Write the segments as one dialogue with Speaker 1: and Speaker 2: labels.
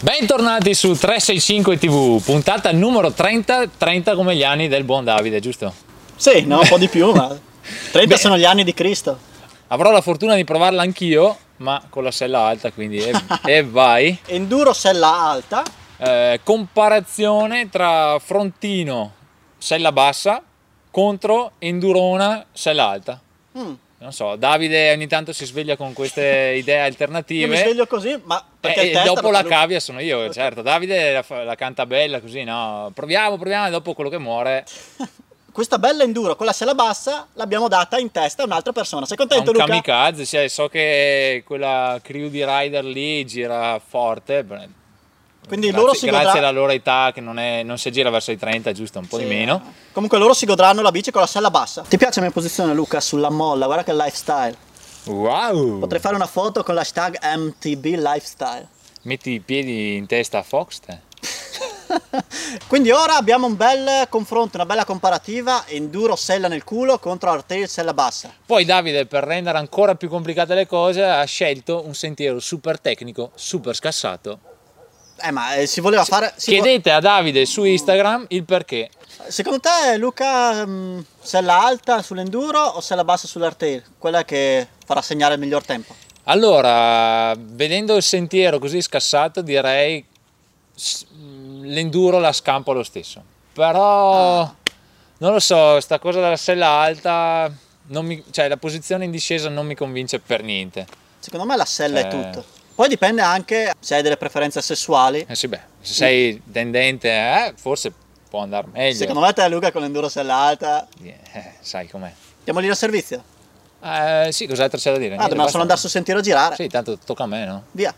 Speaker 1: Bentornati su 365 TV, puntata numero 30, 30 come gli anni del buon Davide, giusto?
Speaker 2: Sì, no, un po' di più, ma 30
Speaker 1: Beh.
Speaker 2: sono gli anni di Cristo.
Speaker 1: Avrò la fortuna di provarla anch'io, ma con la sella alta, quindi e, e vai.
Speaker 2: Enduro sella alta,
Speaker 1: Eh, comparazione tra frontino sella bassa contro endurona sella alta.
Speaker 2: Mm,
Speaker 1: Non so, Davide ogni tanto si sveglia con queste idee alternative.
Speaker 2: io mi sveglio così, ma perché
Speaker 1: Eh,
Speaker 2: il
Speaker 1: E
Speaker 2: testa
Speaker 1: dopo
Speaker 2: lo fa
Speaker 1: la
Speaker 2: lui.
Speaker 1: cavia sono io, certo. Davide la, fa- la canta bella così, no? Proviamo, proviamo, e dopo quello che muore
Speaker 2: Questa bella enduro con la sella bassa l'abbiamo data in testa a un'altra persona. Sei
Speaker 1: è
Speaker 2: contento
Speaker 1: un
Speaker 2: Luca?
Speaker 1: kamikaze. cioè, so che quella crew di rider lì gira forte. beh,
Speaker 2: Quindi
Speaker 1: grazie,
Speaker 2: loro si
Speaker 1: grazie
Speaker 2: godrà-
Speaker 1: alla loro età che non, è- non si gira verso i 30, giusto? Un po' di
Speaker 2: Sì.
Speaker 1: meno.
Speaker 2: Comunque loro si godranno la bici con la sella bassa. Ti piace la mia posizione Luca sulla molla? Guarda che lifestyle.
Speaker 1: Wow!
Speaker 2: Potrei fare una foto con l'hashtag MTB lifestyle.
Speaker 1: Metti i piedi in testa a Fox. te.
Speaker 2: Quindi ora abbiamo un bel confronto, una bella comparativa enduro sella nel culo contro hardtail sella bassa.
Speaker 1: Poi Davide, per rendere ancora più complicate le cose, ha scelto un sentiero super tecnico, super scassato.
Speaker 2: Eh ma eh, si voleva fare... si vo-
Speaker 1: Chiedete a Davide su Instagram il perché.
Speaker 2: Secondo te Luca mh, sella alta sull'enduro o sella bassa sull'hardtail? Quella che farà segnare il miglior tempo.
Speaker 1: Allora, vedendo il sentiero così scassato, direi s- mm, l'enduro la scampo lo stesso. Però
Speaker 2: Ah.
Speaker 1: non lo so, sta cosa della sella alta, non mi- cioè la posizione in discesa non mi convince per niente.
Speaker 2: Secondo me la sella è
Speaker 1: Cioè-
Speaker 2: tutto. Poi dipende anche se hai delle preferenze sessuali.
Speaker 1: Eh sì, beh, se
Speaker 2: Mm.
Speaker 1: sei tendente, eh, forse può andare meglio.
Speaker 2: Secondo me te Luca con l'enduro sella alta.
Speaker 1: Eh, sai com'è.
Speaker 2: Andiamo lì al servizio.
Speaker 1: Eh, sì, cos'altro c'è da dire?
Speaker 2: Ah,
Speaker 1: Niente, basta.
Speaker 2: dobbiamo solo andare sul sentiero a girare.
Speaker 1: Sì, tanto tocca a me, no?
Speaker 2: Via.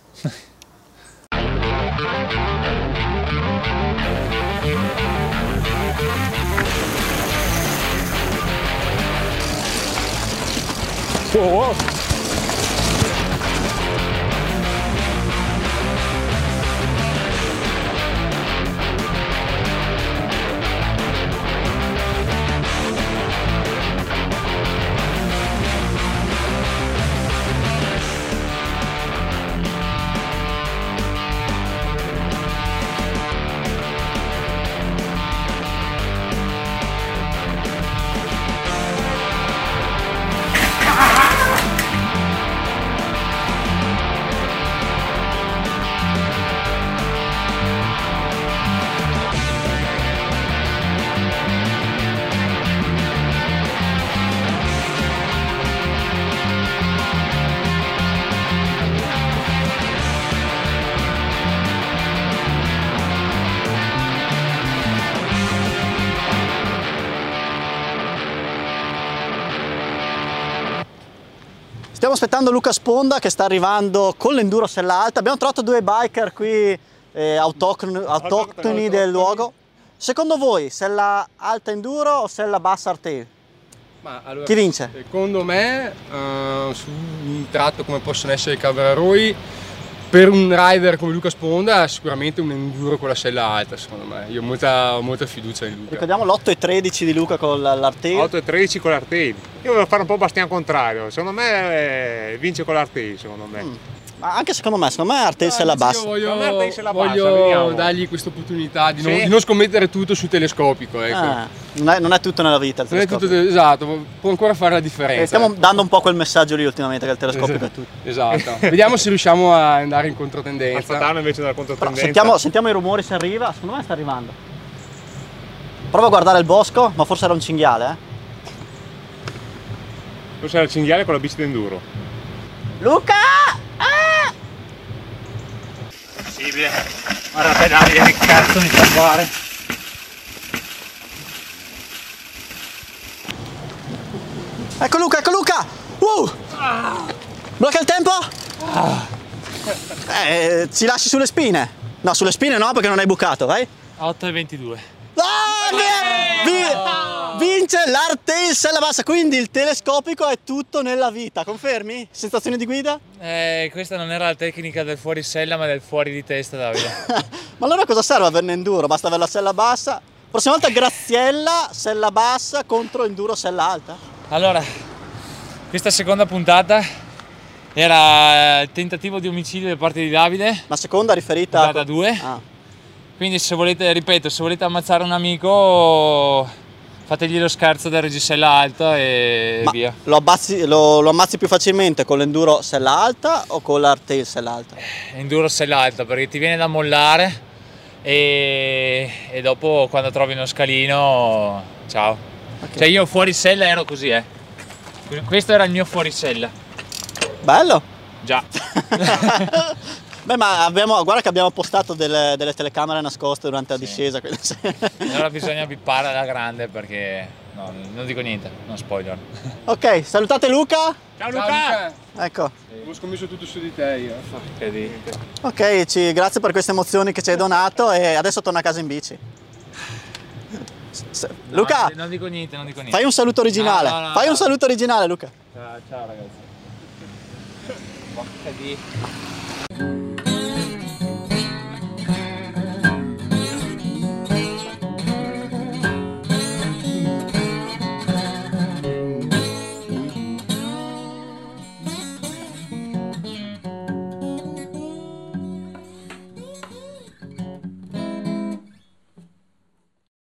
Speaker 2: Stiamo aspettando Luca Sponda che sta arrivando con l'enduro sella alta. Abbiamo trovato due biker qui eh, autoctoni, autoctoni del luogo. Secondo voi, sella alta enduro o sella bassa hardtail?
Speaker 3: Ma allora,
Speaker 2: Chi vince?
Speaker 3: Secondo me, eh, su un tratto come possono essere i Cavraroi, per un rider come Luca Sponda, sicuramente un enduro con la sella alta, secondo me. Io ho molta, ho molta fiducia in Luca.
Speaker 2: Ricordiamo l'8.13 di Luca con l- l'hardtail.
Speaker 4: 8 e 13 con l'Artei. Io volevo fare un po' Bastian contrario. Secondo me eh, vince con l'Artei, secondo me.
Speaker 2: Ma anche secondo me, secondo me hardtail sella
Speaker 3: Io
Speaker 2: bassa.
Speaker 3: voglio,
Speaker 4: Secondo me se la
Speaker 3: voglio
Speaker 4: passa, vediamo.
Speaker 3: dargli questa opportunità di,
Speaker 4: Sì.
Speaker 3: non, di non scommettere tutto su telescopico. Ecco.
Speaker 2: Ah, non, è, non è tutto nella vita il
Speaker 3: non è tutto
Speaker 2: telescopio.
Speaker 3: esatto, può ancora fare la
Speaker 2: Eh,
Speaker 3: differenza.
Speaker 2: Stiamo dando un po' quel messaggio lì ultimamente che il telescopio è tutto.
Speaker 3: Esatto. Vediamo se riusciamo a andare in controtendenza.
Speaker 4: Alfatano invece della
Speaker 2: Però
Speaker 4: controtendenza.
Speaker 2: sentiamo, sentiamo i rumori se arriva, secondo me sta arrivando. Prova a guardare il bosco, ma forse era un cinghiale, eh.
Speaker 4: Tu sei il cinghiale con la bici d'enduro.
Speaker 2: Luca! Ah!
Speaker 4: Guarda pedali che cazzo mi fa fare.
Speaker 2: Ecco Luca, ecco Luca! Uh! Blocca il tempo? Eh, ci lasci sulle spine. No, sulle spine no, perché non hai bucato, vai.
Speaker 1: 8 e 22.
Speaker 2: Ah, vi- vi- vince l'arte in sella bassa, quindi il telescopico è tutto nella vita, confermi? Sensazioni di guida?
Speaker 1: Eh, questa non era la tecnica del fuori sella, ma del fuori di testa, Davide.
Speaker 2: Ma allora cosa serve averne enduro? Basta avere la sella bassa? Prossima volta Graziella, sella bassa contro enduro sella alta.
Speaker 1: Allora, questa seconda puntata Era eh, il tentativo di omicidio da parte di Davide,
Speaker 2: La seconda riferita...
Speaker 1: data 2.
Speaker 2: Ah,
Speaker 1: Quindi se volete, ripeto, se volete ammazzare un amico fategli lo scherzo della reggisella alta e
Speaker 2: ma
Speaker 1: via.
Speaker 2: Lo, abbassi- lo- lo ammazzi più facilmente con l'enduro sella alta o con l'hardtail sella alta?
Speaker 1: Enduro sella alta perché ti viene da mollare e, e dopo quando trovi uno scalino ciao.
Speaker 2: Ok.
Speaker 1: Cioè io fuori sella ero così eh. Questo era il mio fuori sella.
Speaker 2: Bello!
Speaker 1: Già.
Speaker 2: Beh, ma abbiamo, guarda che abbiamo postato delle, delle telecamere nascoste durante la
Speaker 1: Sì.
Speaker 2: discesa. quindi se-
Speaker 1: Allora bisogna bippare alla grande perché no, non dico niente, non spoiler.
Speaker 2: ok, salutate Luca.
Speaker 4: Ciao
Speaker 2: Ecco.
Speaker 3: Ho scommesso tutto su di te io.
Speaker 2: Ok, ci- grazie per queste emozioni che ci hai donato e adesso torna a casa in bici. S- s- Luca,
Speaker 1: No, non dico niente, non dico niente.
Speaker 2: fai un saluto originale.
Speaker 1: No, no, no,
Speaker 2: fai
Speaker 1: no.
Speaker 2: un saluto originale, Luca.
Speaker 1: Ciao, ciao ragazzi. Porca di...